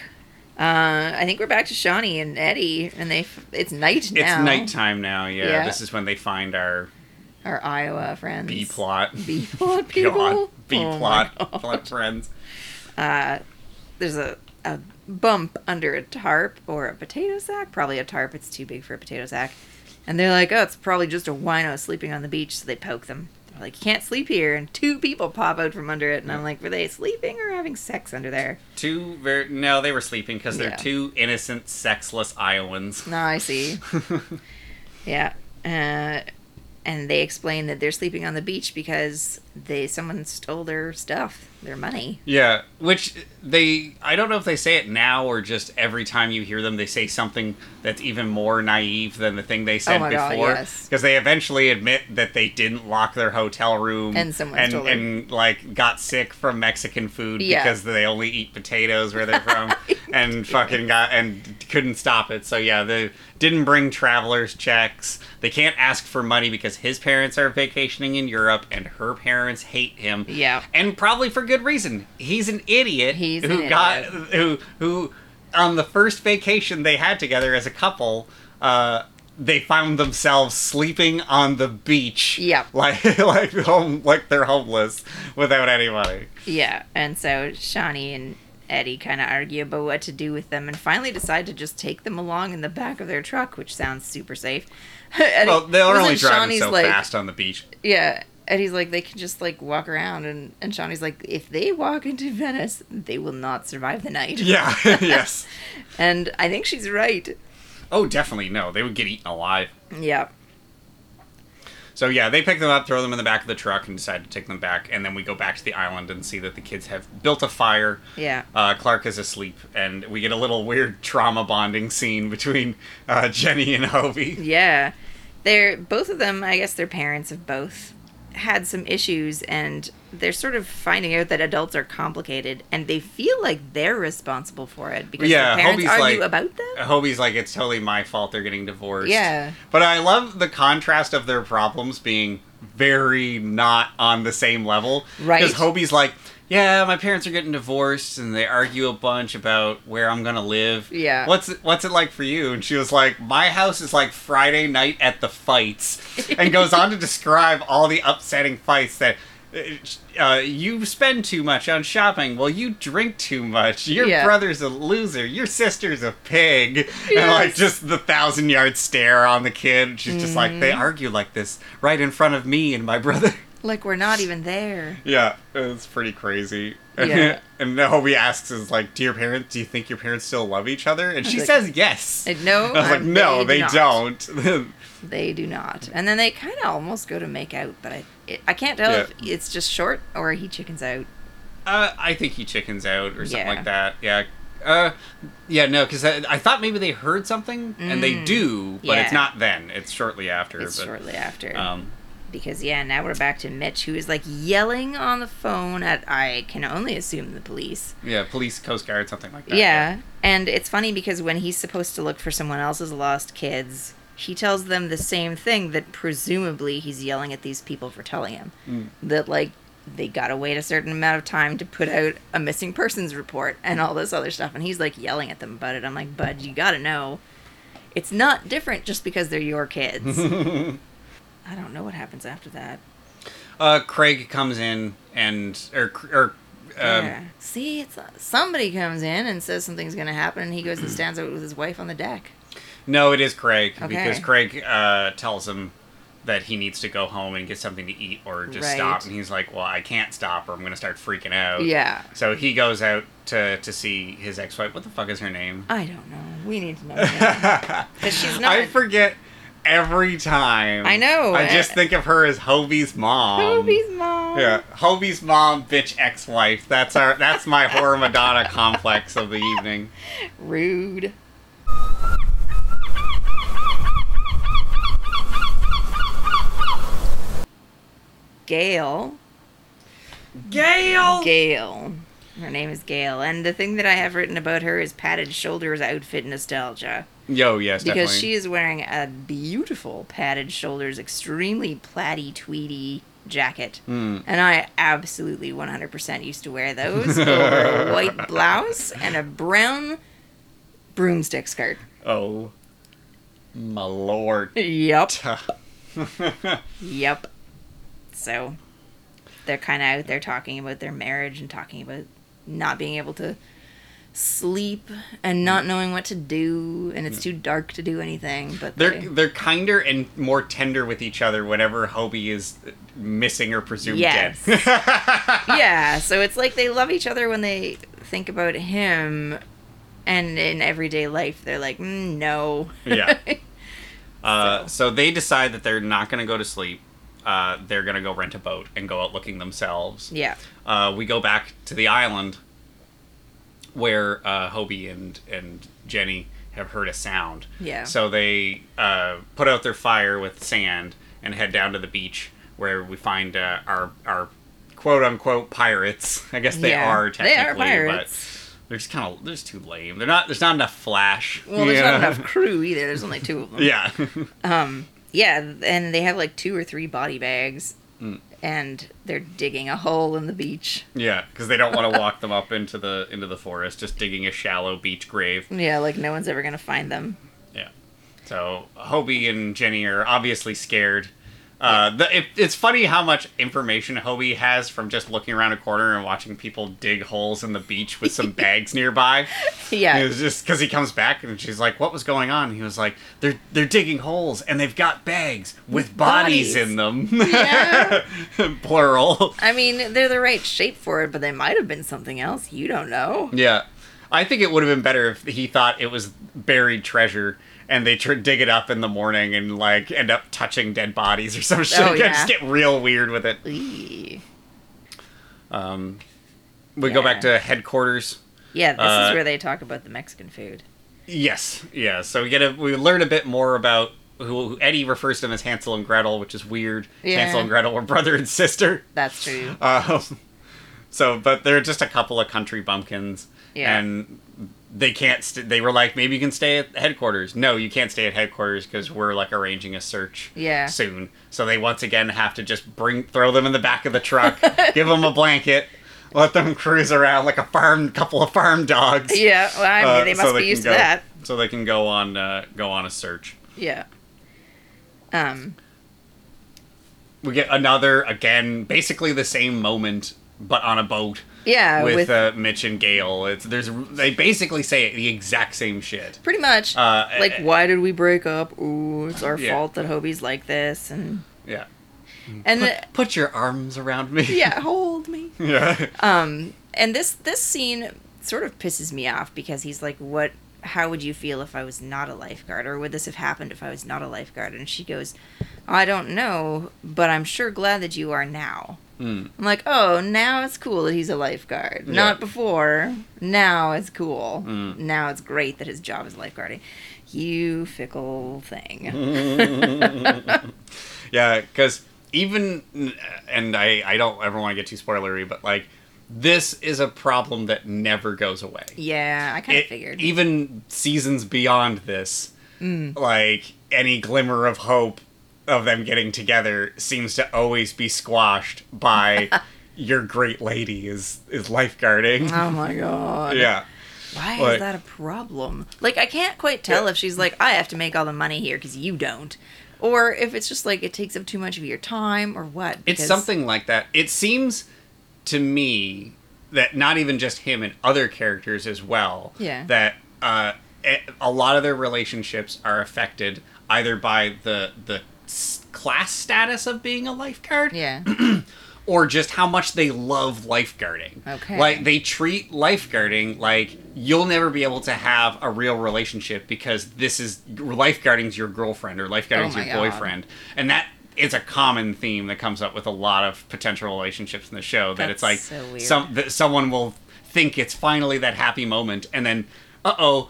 S2: Uh, I think we're back to Shawnee and Eddie, and they. F- it's night
S3: It's
S2: now.
S3: nighttime now. Yeah,
S2: Yeah.
S3: this is when they find our
S2: Our Iowa friends.
S3: B plot.
S2: B plot
S3: B
S2: people.
S3: plot. B
S2: Oh my
S3: plot.
S2: God.
S3: Plot friends.
S2: There's a, a bump under a tarp or a potato sack. Probably a tarp. It's too big for a potato sack. And they're like, oh, it's probably just a wino sleeping on the beach. So they poke them. They're like, you can't sleep here. And two people pop out from under it. And I'm like, were they sleeping or having sex under there?
S3: Two very no, they were sleeping because they're
S2: Yeah.
S3: two innocent, sexless Iowans.
S2: No, I see. yeah. Uh, and they explain that they're sleeping on the beach because they someone stole their stuff, their money.
S3: Yeah, which they I don't know if they say it now or just every time you hear them they say something that's even more naive than the thing they said
S2: Oh my God,
S3: before
S2: yes.
S3: because they eventually admit that they didn't lock their hotel room
S2: And someone
S3: and,
S2: stole it.
S3: and like got sick from Mexican food
S2: Yeah.
S3: because they only eat potatoes where they're from and fucking got and couldn't stop it. So yeah, they didn't bring travelers checks. They can't ask for money because his parents are vacationing in Europe and her parents hate him
S2: Yeah.
S3: and probably for good reason. He's an idiot
S2: He's
S3: who
S2: an idiot.
S3: got who who on the first vacation they had together as a couple, uh, they found themselves sleeping on the beach.
S2: Yep.
S3: like like home like they're homeless without any money.
S2: Yeah. And so Shawnee and Eddie kind of argue about what to do with them and finally decide to just take them along in the back of their truck, which sounds super safe. Eddie-
S3: Well, they were
S2: wasn't
S3: only driving
S2: Shawnee's
S3: so
S2: like-
S3: fast on the beach.
S2: Yeah. And he's like, they can just like walk around. And, and Shawnee's like, if they walk into Venice, they will not survive the night.
S3: Yeah. yes.
S2: And I think she's right.
S3: Oh, definitely no. They would get eaten alive.
S2: Yeah.
S3: So yeah, they pick them up, throw them in the back of the truck, and decide to take them back. And then we go back to the island and see that the kids have built a fire.
S2: Yeah.
S3: Uh, Clark is asleep, and we get a little weird trauma bonding scene between uh, Jenny and Hovey.
S2: Yeah. They're both of them, I guess their parents have both had some issues and they're sort of finding out that adults are complicated and they feel like they're responsible for it because
S3: Yeah,
S2: their parents
S3: Hobie's
S2: argue
S3: like-
S2: about them.
S3: Hobie's like, it's totally my fault they're getting divorced.
S2: Yeah.
S3: But I love the contrast of their problems being very not on the same level.
S2: Right.
S3: Because Hobie's like, yeah, my parents are getting divorced, and they argue a bunch about where I'm gonna live.
S2: Yeah.
S3: What's it, what's it like for you? And she was like, my house is like Friday night at the fights, and goes on to describe all the upsetting fights that uh, you spend too much on shopping. Well, you drink too much. Your
S2: Yeah.
S3: brother's a loser. Your sister's a pig. And like just the thousand yard stare on the kid. She's just like
S2: Mm-hmm.
S3: they argue like this right in front of me and my brother.
S2: Like we're not even there.
S3: yeah, it's pretty crazy.
S2: Yeah.
S3: and the homie asks is like, "Do your parents? Do you think your parents still love each other?" And she
S2: like-
S3: says, "Yes."
S2: Like, no,
S3: I was like,
S2: um,
S3: "No, they,
S2: do not.
S3: don't."
S2: They do not. And then they kind of almost go to make out, but I it, I can't tell
S3: Yeah.
S2: if it's just short or he chickens out.
S3: Uh, I think he chickens out or something
S2: Yeah.
S3: like that. Yeah. Uh, yeah, no, because I, I thought maybe they heard something, and they do, but it's
S2: Mm. yeah.
S3: not then. It's shortly after.
S2: It's
S3: but,
S2: shortly after.
S3: Um,
S2: because yeah, now we're back to Mitch, who is like yelling on the phone at I can only assume the police.
S3: yeah, police, Coast Guard, something like that.
S2: Yeah. And it's funny because when he's supposed to look for someone else's lost kids, he tells them the same thing that presumably he's yelling at these people for telling him. That, like, they got to wait a certain amount of time to put out a missing persons report and all this other stuff. And he's, like, yelling at them about it. I'm like, bud, you got to know. It's not different just because they're your kids. I don't know what happens after that.
S3: Uh, Craig comes in and or or um,
S2: yeah. See, it's uh, somebody comes in and says something's going to happen, and he goes and stands out with his wife on the deck.
S3: no, it is Craig because
S2: Okay.
S3: Craig uh, tells him that he needs to go home and get something to eat or just
S2: Right.
S3: stop, and he's like, "Well, I can't stop, or I'm gonna start freaking out."
S2: Yeah.
S3: So he goes out to to see his ex-wife. What the fuck is her name?
S2: I don't know. We need to know. Because she's Uh, not.
S3: I forget every time.
S2: I know,
S3: I just
S2: eh?
S3: think of her as Hobie's mom.
S2: Toby's mom.
S3: Yeah, Hobie's mom, bitch, ex-wife. That's our. That's my horror Madonna complex of the evening.
S2: Rude. Gail.
S3: Gail.
S2: Gail. Her name is Gail. And the thing that I have written about her is padded shoulders outfit nostalgia.
S3: Yo, yes,
S2: Because
S3: definitely.
S2: she is wearing a beautiful padded shoulders, extremely platy tweedy jacket.
S3: Mm.
S2: And I absolutely 100% used to wear those over a white blouse and a brown broomstick skirt.
S3: Oh, my lord.
S2: Yep. Yep. So they're kind of out there talking about their marriage and talking about not being able to sleep and not
S3: Mm.
S2: knowing what to do and it's too dark to do anything but
S3: They're
S2: they-
S3: they're kinder and more tender with each other whenever Hobie is missing or presumed
S2: Yes.
S3: dead.
S2: yeah, so it's like they love each other when they think about him, and in everyday life they're like, mm, no.
S3: yeah. Uh, so they decide that they're not going to go to sleep. Uh, they're going to go rent a boat and go out looking themselves.
S2: yeah.
S3: Uh, we go back to the island where uh, Hobie and, and Jenny have heard a sound.
S2: Yeah.
S3: So they uh, put out their fire with sand and head down to the beach where we find uh, our our quote unquote pirates. I guess they
S2: Yeah.
S3: are
S2: They are
S3: technically,
S2: pirates.
S3: but they're just kind of they're just too lame. They're not. There's not enough flash.
S2: Well, there's
S3: Yeah.
S2: not enough crew either. There's only two of them.
S3: Yeah.
S2: Yeah, and they have like two or three body bags,
S3: Mm.
S2: and they're digging a hole in the beach.
S3: Yeah, because they don't want to walk them up into the into the forest, just digging a shallow beach grave.
S2: Yeah, like no one's ever gonna find them.
S3: Yeah. So Hobie and Jenny are obviously scared. Uh, the, it, it's funny how much information Hobie has from just looking around a corner and watching people dig holes in the beach with some bags nearby.
S2: Yeah.
S3: It was just because he comes back and she's like, "What was going on?" He was like, "They're they're digging holes and they've got bags with bodies,
S2: bodies.
S3: in them."
S2: Yeah.
S3: Plural.
S2: I mean, they're the right shape for it, but they might have been something else. You don't know.
S3: Yeah. I think it would have been better if he thought it was buried treasure and they tr- dig it up in the morning and like end up touching dead bodies or some shit.
S2: Oh, yeah.
S3: Just get real weird with it.
S2: Eee.
S3: Um, we go back
S2: Yeah.
S3: to headquarters.
S2: Yeah, this
S3: Uh,
S2: is where they talk about the Mexican food.
S3: Yes, yeah. So we get a we learn a bit more about who, who Eddie refers to them as Hansel and Gretel, which is weird.
S2: Yeah.
S3: Hansel and Gretel were brother and sister.
S2: That's true.
S3: Um, so, but they're just a couple of country bumpkins,
S2: Yeah.
S3: and they can't. St- they were like, maybe you can stay at headquarters. No, you can't stay at headquarters because we're like arranging a search.
S2: Yeah.
S3: Soon, so they once again have to just bring throw them in the back of the truck, give them a blanket, let them cruise around like a farm couple of farm dogs.
S2: Yeah, well, I mean,
S3: Uh,
S2: they
S3: so
S2: must be
S3: can
S2: used
S3: go-
S2: to that.
S3: So they can go on uh, go on a search.
S2: Yeah. Um.
S3: we get another again, basically the same moment, but on a boat.
S2: Yeah,
S3: with,
S2: with-
S3: uh, Mitch and Gail. It's there's they basically say the exact same shit.
S2: Pretty much.
S3: Uh,
S2: like,
S3: eh,
S2: why did we break up? Ooh, it's our
S3: Yeah. Mm.
S2: fault that Hobie's like this, and
S3: Yeah,
S2: and
S3: put, put your arms around me.
S2: yeah, hold me.
S3: yeah.
S2: And this this scene sort of pisses me off because he's like, "What? How would you feel if I was not a lifeguard, or would this have happened if I was not a lifeguard?" And she goes, "I don't know, but I'm sure glad that you are now."
S3: Hmm.
S2: I'm like, "Oh, now it's cool that he's a lifeguard. Not before. Now it's cool.
S3: Hmm.
S2: Now it's great that his job is lifeguarding." You fickle
S3: Mm-hmm.
S2: thing.
S3: Yeah, because even uh, and I I don't ever want to get too spoilery, but like this is a problem that never goes away.
S2: Yeah, I kind of
S3: It-
S2: figured. Mm.
S3: Even seasons beyond this, like any glimmer of hope of them getting together seems to always be squashed by your great lady is is lifeguarding.
S2: oh my god.
S3: yeah.
S2: Why
S3: Like-
S2: is that a problem? Like, I can't quite tell if she's like, I have to make all the money here because you don't, or if it's just like it takes up too much of your time or what.
S3: It's
S2: because-
S3: something like that. It seems to me that not even just him and other characters as well.
S2: Yeah.
S3: That uh, a- a lot of their relationships are affected either by the the s- class status of being a lifeguard
S2: Yeah.
S3: or just how much they love lifeguarding.
S2: Okay.
S3: Like they treat lifeguarding like you'll never be able to have a real relationship because this is lifeguarding's your girlfriend or lifeguarding's
S2: Oh my
S3: your
S2: God.
S3: boyfriend. And that is a common theme that comes up with a lot of potential relationships in the show that it's like
S2: That's so weird.
S3: some that someone will think it's finally that happy moment and then uh-oh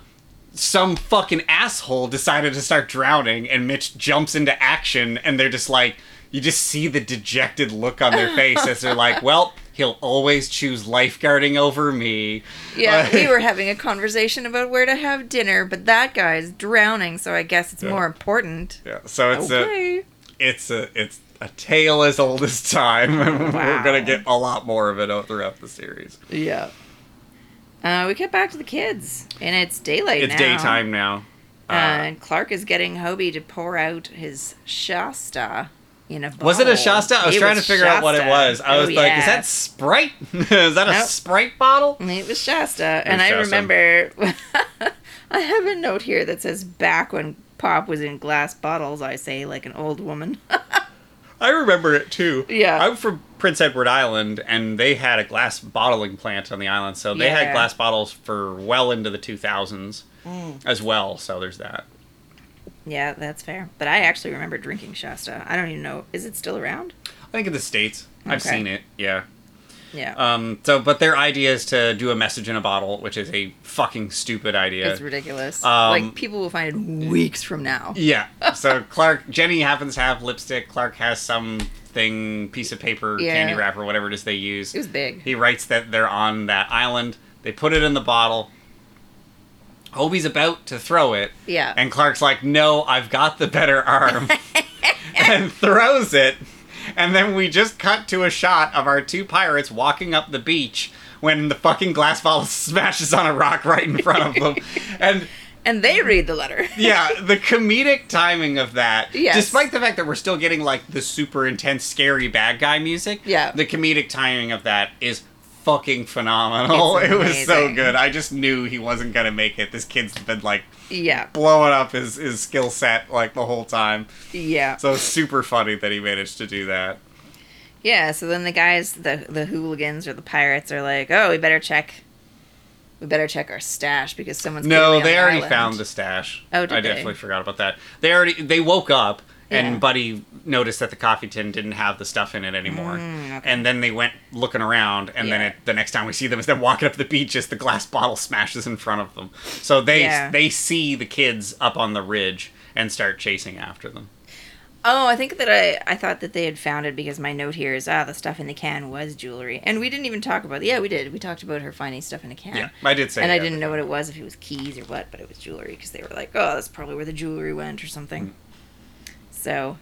S3: some fucking asshole decided to start drowning and Mitch jumps into action and they're just like you just see the dejected look on their face as they're like, "Well, he'll always choose lifeguarding over me." Uh,
S2: yeah, we were having a conversation about where to have dinner, but that guy's drowning, so I guess it's more important.
S3: Yeah, so it's
S2: Okay.
S3: a it's a it's a tale as old as time. and We're
S2: Wow.
S3: going to get a lot more of it o- throughout the series.
S2: yeah. Uh, we get back to the kids, and it's daylight
S3: It's
S2: now.
S3: daytime now.
S2: Uh, and Clark is getting Hobie to pour out his Shasta in a
S3: Was it a
S2: bottle.
S3: Shasta? I was
S2: Oh, It
S3: trying to figure out what it
S2: Shasta.
S3: was. I
S2: Oh,
S3: was like,
S2: yeah.
S3: "Is that Sprite? is that a
S2: Nope.
S3: Sprite bottle?"
S2: And It was Shasta, and I
S3: Shasta.
S2: remember I have a note here that says back when pop was in glass bottles, I say like an old woman.
S3: I remember it too.
S2: Yeah.
S3: I'm from Prince Edward Island, and they had a glass bottling plant on the island, so they had
S2: Yeah.
S3: glass bottles for well into the 2000s
S2: Mm.
S3: as well. So there's that.
S2: yeah, that's fair. But I actually remember drinking Shasta. I don't even know is it still around?
S3: I think in the states, I've
S2: Okay.
S3: seen it. Yeah.
S2: Yeah.
S3: Um. So, but their idea is to do a message in a bottle, which is a fucking stupid idea.
S2: it's ridiculous.
S3: Um,
S2: like people will find it weeks from now.
S3: Yeah. So Clark, Jenny happens to have lipstick. Clark has some thing, piece of paper,
S2: Yeah.
S3: candy wrapper, whatever it is they use.
S2: It was big.
S3: He writes that they're on that island. They put it in the bottle. Hobie's about to throw it.
S2: Yeah.
S3: And Clark's like, no, I've got the better arm. and throws it. And then we just cut to a shot of our two pirates walking up the beach when the fucking glass bottle smashes on a rock right in front of them. and
S2: And they read the letter.
S3: yeah, the comedic timing of that,
S2: Yes.
S3: despite the fact that we're still getting like the super intense, scary bad guy music,
S2: Yeah.
S3: the comedic timing of that is fucking phenomenal.
S2: It's
S3: it was so
S2: amazing.
S3: good. I just knew he wasn't gonna make it. This kid's been like
S2: yeah.
S3: blowing up his his skill set like the whole time.
S2: Yeah.
S3: So it's super funny that he managed to do that.
S2: Yeah, so then the guys, the the hooligans or the pirates, are like, "Oh, we better check, we better check our stash because someone's clearly
S3: no,
S2: on
S3: they
S2: the
S3: already
S2: island."
S3: found the stash.
S2: Oh, did
S3: I
S2: they?
S3: definitely forgot about that. They already they woke up
S2: Yeah.
S3: and Buddy noticed that the coffee tin didn't have the stuff in it anymore. And then they went looking around, and then
S2: Mm, Yeah.
S3: it, the next time we see them is them walking up the beach as the glass bottle smashes in front of them. So they
S2: Yeah.
S3: they see the kids up on the ridge and start chasing after them.
S2: Oh, I think that I I thought that they had found it because my note here is ah the stuff in the can was jewelry, and we didn't even talk about yeah we did we talked about her finding stuff in a can.
S3: Yeah, I did say.
S2: and I
S3: that.
S2: didn't know what it was if it was keys or what, but it was jewelry because they were like, oh, that's probably where the jewelry went or something.
S3: Mm.
S2: So,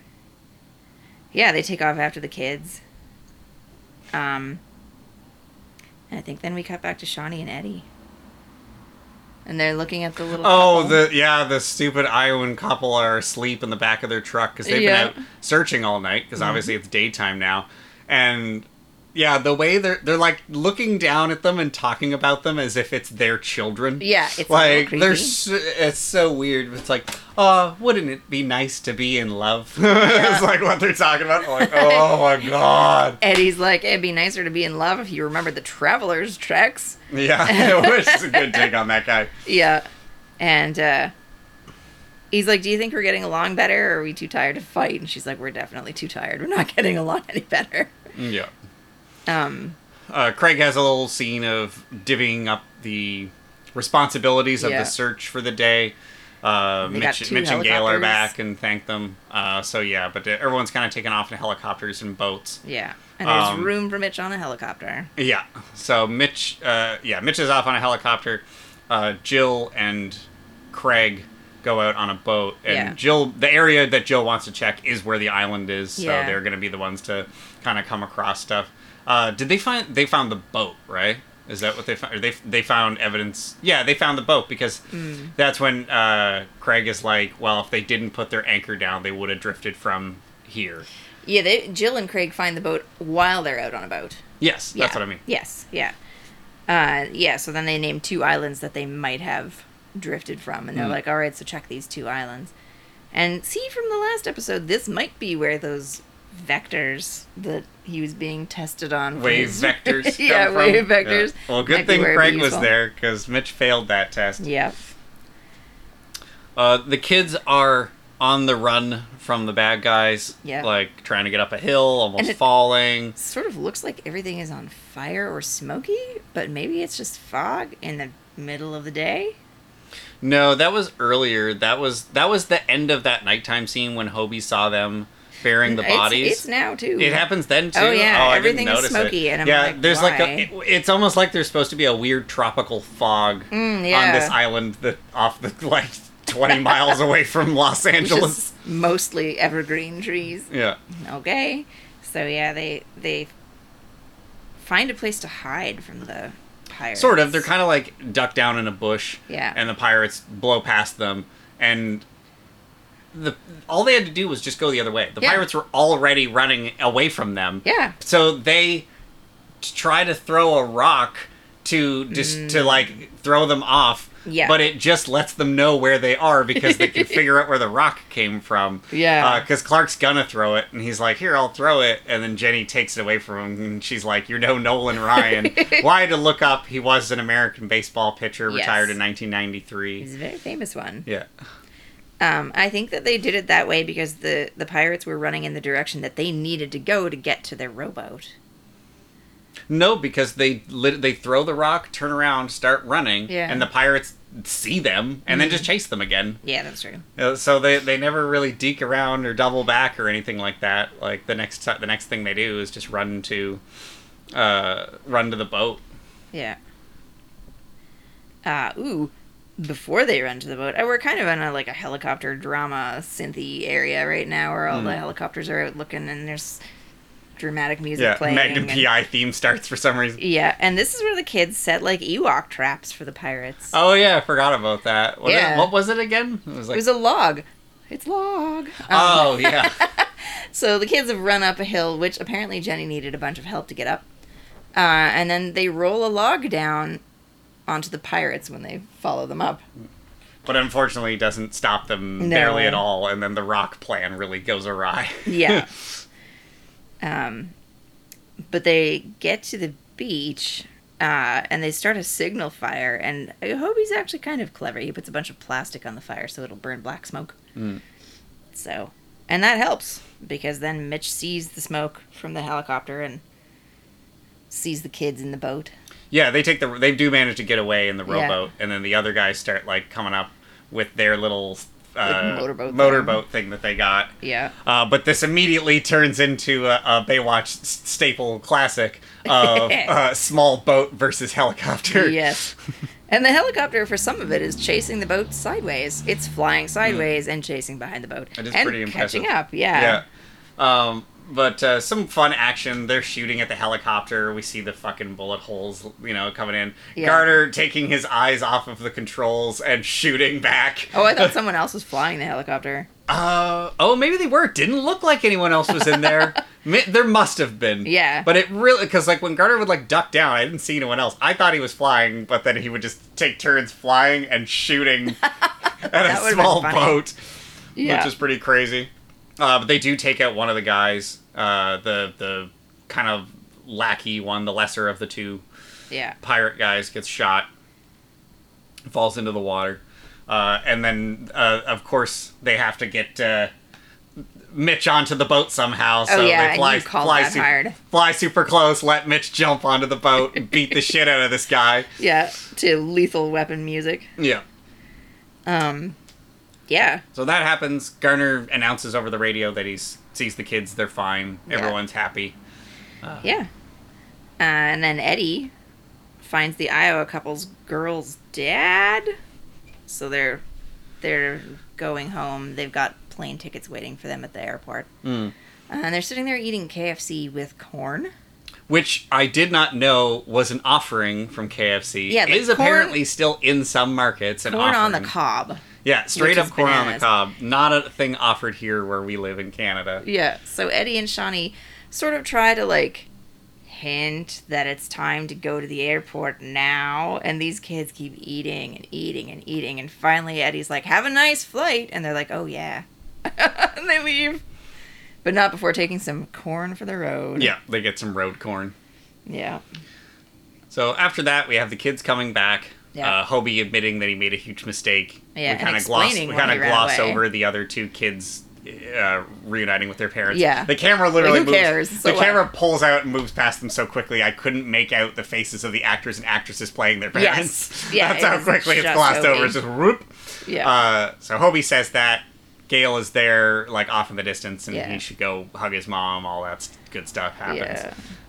S2: yeah, they take off after the kids. Um, and I think then we cut back to Shawnee and Eddie. and they're looking at the little.
S3: Oh,
S2: couple.
S3: the yeah, the stupid Iowan couple are asleep in the back of their truck because they've
S2: Yeah. Mm-hmm.
S3: been out searching all night because obviously it's daytime now, and yeah, the way they're they're like looking down at them and talking about them as if it's their children.
S2: Yeah, it's a little
S3: like they're
S2: creepy.
S3: s it's so weird. It's like, oh, wouldn't it be nice to be in love? it's like what they're talking about. Like, oh my god,
S2: Eddie's like, it'd be nicer to be in love if you remembered the traveler's treks.
S3: yeah, which is a good take on that guy.
S2: Yeah. And uh, he's like, do you think we're getting along better or are we too tired to fight? And she's like, we're definitely too tired. We're not getting along any better.
S3: Yeah.
S2: Um,
S3: uh, Craig has a little scene of divvying up the responsibilities of
S2: Yeah.
S3: the search for the day. Uh,
S2: They got
S3: Mitch,
S2: two
S3: Mitch and Gail are
S2: helicopters.
S3: back and thank them. Uh, so yeah, but everyone's kind of taken off in helicopters and boats.
S2: yeah. And there's
S3: Um,
S2: room for Mitch on a helicopter.
S3: Yeah. So Mitch, uh, yeah, Mitch is off on a helicopter. Uh, Jill and Craig go out on a boat, and
S2: Yeah.
S3: Jill, the area that Jill wants to check is where the island is. So
S2: Yeah.
S3: they're going to be the ones to kind of come across stuff. Uh, did they find? They found the boat, right? Is that what they found? Or they they found evidence? Yeah, they found the boat because
S2: Mm.
S3: that's when uh, Craig is like, well, if they didn't put their anchor down, they would have drifted from here.
S2: Yeah, they, Jill and Craig find the boat while they're out on a boat.
S3: Yes,
S2: Yeah.
S3: that's what I mean.
S2: Yes, yeah. Uh, yeah, so then they name two islands that they might have drifted from,
S3: Mm.
S2: and they're like, all right, so check these two islands. And see from the last episode, this might be where those vectors that he was being tested on. for
S3: wave
S2: his-
S3: vectors.
S2: yeah,
S3: come from.
S2: wave vectors.
S3: Yeah. Well, good
S2: might be
S3: thing
S2: where it'd
S3: Craig
S2: be
S3: was
S2: useful.
S3: there because Mitch failed that test.
S2: Yeah.
S3: Uh, the kids are on the run from the bad guys.
S2: Yeah.
S3: Like trying to get up a hill, almost
S2: And it-
S3: falling.
S2: Sort of looks like everything is on fire or smoky, but maybe it's just fog in the middle of the day.
S3: No, that was earlier. That was that was the end of that nighttime scene when Hobie saw them burying the
S2: It's-
S3: bodies.
S2: It's, now, too.
S3: It happens then too.
S2: Oh, yeah,
S3: I didn't
S2: everything is
S3: notice it.
S2: smoky, and I'm
S3: yeah,
S2: like,
S3: there's like a,
S2: why?
S3: it- it's almost like there's supposed to be a weird tropical fog on
S2: Mm, yeah.
S3: this island that off the like 20 miles away from Los Angeles.
S2: Just mostly evergreen trees.
S3: Yeah.
S2: Okay. So yeah, they they find a place to hide from the pirates.
S3: Sort of. They're kind of like ducked down in a bush.
S2: Yeah.
S3: And the pirates blow past them, and the all they had to do was just go the other way. The
S2: Yeah.
S3: pirates were already running away from them.
S2: Yeah.
S3: So they t- try to throw a rock to just to like throw them off.
S2: Mm. Yeah.
S3: But it just lets them know where they are because they can figure out where the rock came from. Uh,
S2: Yeah.
S3: Because Clark's gonna throw it, and he's like, "Here, I'll throw it," and then Jenny takes it away from him, and she's like, "You're no Nolan Ryan." Why to look up? He was an American baseball pitcher,
S2: Yes.
S3: retired in 1993.
S2: It's a very famous one.
S3: Yeah.
S2: Um, I think that they did it that way because the the pirates were running in the direction that they needed to go to get to their rowboat.
S3: No, because they lit- they throw the rock, turn around, start running,
S2: Yeah. Mm-hmm.
S3: and the pirates see them and then just chase them again.
S2: Yeah, that's true.
S3: Uh, So they, they never really deke around or double back or anything like that. Like the next ti- the next thing they do is just run to uh, run to the boat.
S2: Yeah. Uh, ooh. Before they run to the boat, uh, we're kind of in a like a helicopter drama synthy area right now, where
S3: Mm-hmm.
S2: all the helicopters are out looking, and there's dramatic music
S3: Yeah,
S2: playing.
S3: Magnum
S2: and-
S3: PI theme starts for some reason.
S2: Yeah, and this is where the kids set like Ewok traps for the pirates.
S3: Oh yeah, I forgot about that. What,
S2: Yeah.
S3: what was it again? It was like
S2: It was a log. It's log. Um,
S3: oh yeah,
S2: so the kids have run up a hill, which apparently Jenny needed a bunch of help to get up. Uh, and then they roll a log down onto the pirates when they follow them up.
S3: but unfortunately it doesn't stop them
S2: No.
S3: barely at all. And then the rock plan really goes awry.
S2: Yeah. um, but they get to the beach uh, and they start a signal fire. And Hobie's actually kind of clever. He puts a bunch of plastic on the fire so it'll burn black smoke.
S3: Hmm.
S2: So, and that helps because then Mitch sees the smoke from the helicopter and sees the kids in the boat.
S3: Yeah, they take the they do manage to get away in the
S2: Yeah.
S3: rowboat, and then the other guys start like coming up with their little uh,
S2: motorboat thing.
S3: motorboat thing. that they got.
S2: Yeah.
S3: Uh, but this immediately turns into a, a Baywatch s- staple classic of uh, small boat versus helicopter.
S2: Yes. And the helicopter, for some of it, is chasing the boat sideways. It's flying sideways and chasing behind the boat.
S3: Hmm. That is
S2: and
S3: pretty impressive.
S2: Catching up,
S3: Yeah. Um, But uh, some fun action. They're shooting at the helicopter. We see the fucking bullet holes, you know, coming in.
S2: Yeah.
S3: Garter taking his eyes off of the controls and shooting back.
S2: Oh, I thought someone else was flying the helicopter.
S3: Uh, oh, maybe they were. Didn't look like anyone else was in there. Mi- there must have been.
S2: Yeah.
S3: But it really, because like when Garter would like duck down, I didn't see anyone else. I thought he was flying, but then he would just take turns flying and shooting at a
S2: would've been
S3: small
S2: funny.
S3: boat,
S2: Yeah.
S3: which is pretty crazy. Uh, but they do take out one of the guys, uh, the the kind of lackey one, the lesser of the two
S2: yeah.
S3: pirate guys gets shot, falls into the water, uh, and then uh, of course they have to get uh, Mitch onto the boat somehow. So
S2: Oh, yeah,
S3: they
S2: and
S3: fly,
S2: you called
S3: fly,
S2: that hard.
S3: fly super close, let Mitch jump onto the boat and beat the shit out of this guy.
S2: Yeah. To lethal weapon music.
S3: Yeah.
S2: Um, yeah.
S3: So that happens. Garner announces over the radio that he's sees the kids. They're fine.
S2: Yeah.
S3: Everyone's happy. Uh-huh.
S2: Yeah. Uh, and then Eddie finds the Iowa couple's girl's dad. So they're they're going home. They've got plane tickets waiting for them at the airport.
S3: Hmm.
S2: Uh, And they're sitting there eating KFC with corn.
S3: Which I did not know was an offering from KFC.
S2: Yeah, like
S3: is
S2: corn-
S3: apparently still in some markets. An
S2: Corn on the
S3: offering.
S2: cob.
S3: Yeah, straight
S2: Which
S3: up
S2: is
S3: corn on the
S2: bananas.
S3: cob. Not a thing offered here where we live in Canada.
S2: Yeah. So Eddie and Shawnee sort of try to like hint that it's time to go to the airport now and these kids keep eating and eating and eating and finally Eddie's like, Have a nice flight and they're like, Oh yeah and they leave. But not before taking some corn for the road.
S3: Yeah, they get some road corn.
S2: Yeah.
S3: So after that, we have the kids coming back.
S2: Yeah.
S3: Uh, Hobie admitting that he made a huge mistake.
S2: Yeah,
S3: we
S2: and
S3: kind of gloss. We
S2: explaining why
S3: kind of
S2: he ran
S3: gloss
S2: away.
S3: over the other two kids uh, reuniting with their parents.
S2: Yeah.
S3: the camera literally
S2: Like, who
S3: moves.
S2: cares? So
S3: the
S2: what?
S3: camera pulls out and moves past them so quickly. I couldn't make out the faces of the actors and actresses playing their
S2: Yes.
S3: parents.
S2: Yeah,
S3: that's
S2: it
S3: how
S2: was
S3: quickly it's
S2: just
S3: glossed over.
S2: Hobie.
S3: It's just whoop.
S2: Yeah.
S3: Uh, so Hobie says that Gail is there, like off in the distance, and
S2: Yeah.
S3: he should go hug his mom. All that s- good stuff happens.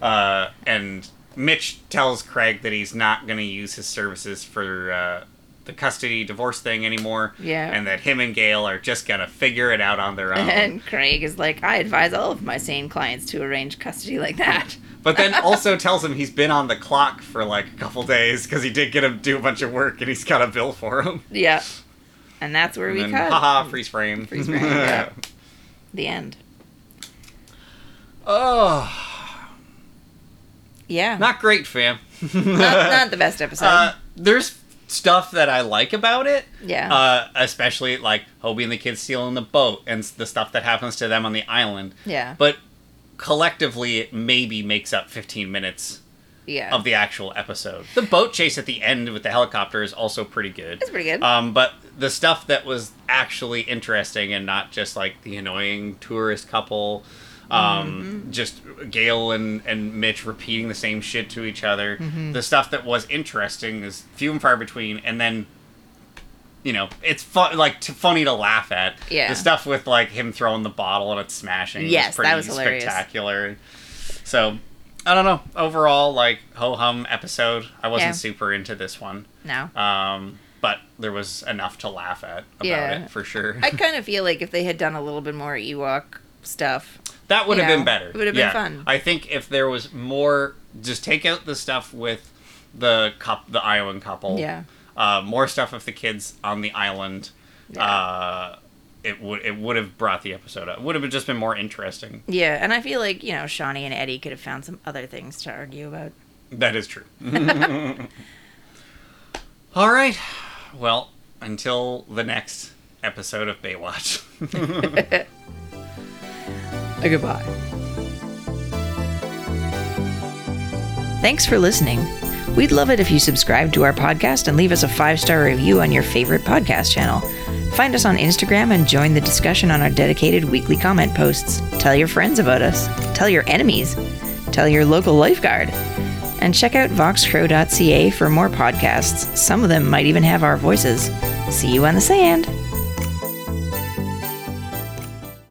S2: Yeah.
S3: Uh, and Mitch tells Craig that he's not going to use his services for uh, the custody divorce thing anymore.
S2: Yeah.
S3: And that him and Gail are just going to figure it out on their own.
S2: and Craig is like, I advise all of my sane clients to arrange custody like that.
S3: but then also tells him he's been on the clock for like a couple days because he did get him to do a bunch of work and he's got a bill for him.
S2: Yeah. And that's where
S3: And
S2: we
S3: then,
S2: cut.
S3: haha, freeze frame.
S2: Freeze frame, yeah. The end.
S3: oh,
S2: Yeah.
S3: not great, fam.
S2: not, not the best episode.
S3: Uh, there's stuff that I like about it.
S2: Yeah.
S3: Uh, especially like Hobie and the kids stealing the boat and s- the stuff that happens to them on the island.
S2: yeah.
S3: But collectively, it maybe makes up 15 minutes
S2: yeah.
S3: of the actual episode. The boat chase at the end with the helicopter is also pretty good.
S2: It's pretty good.
S3: Um, but the stuff that was actually interesting and not just like the annoying tourist couple, um,
S2: Mm-hmm.
S3: just Gail and, and Mitch repeating the same shit to each other.
S2: Mm-hmm.
S3: The stuff that was interesting is few and far between. And then, you know, it's fun, like t- funny to laugh at.
S2: Yeah.
S3: The stuff with like him throwing the bottle and it smashing.
S2: Yes,
S3: was pretty
S2: that was hilarious.
S3: spectacular. So. I don't know. Overall, like ho hum episode. I wasn't
S2: Yeah.
S3: super into this one.
S2: no.
S3: Um, but there was enough to laugh at about
S2: Yeah.
S3: it for sure.
S2: I kind of feel like if they had done a little bit more Ewok stuff.
S3: that would have
S2: you know,
S3: been better.
S2: it would have been fun.
S3: I think if there was more, just take out the stuff with the cup, the Iowan couple.
S2: Yeah.
S3: Uh, more stuff with the kids on the island.
S2: Yeah.
S3: Uh, it would it would have brought the episode up. Would have just been more interesting.
S2: Yeah, and I feel like, you know, Shawnee and Eddie could have found some other things to argue about.
S3: That is true. All right. Well, until the next episode of Baywatch.
S2: A goodbye. Thanks for listening. We'd love it if you subscribe to our podcast and leave us a five star review on your favorite podcast channel. Find us on Instagram and join the discussion on our dedicated weekly comment posts. Tell your friends about us. Tell your enemies. Tell your local lifeguard. And check out voxcrow.ca for more podcasts. Some of them might even have our voices. See you on the sand.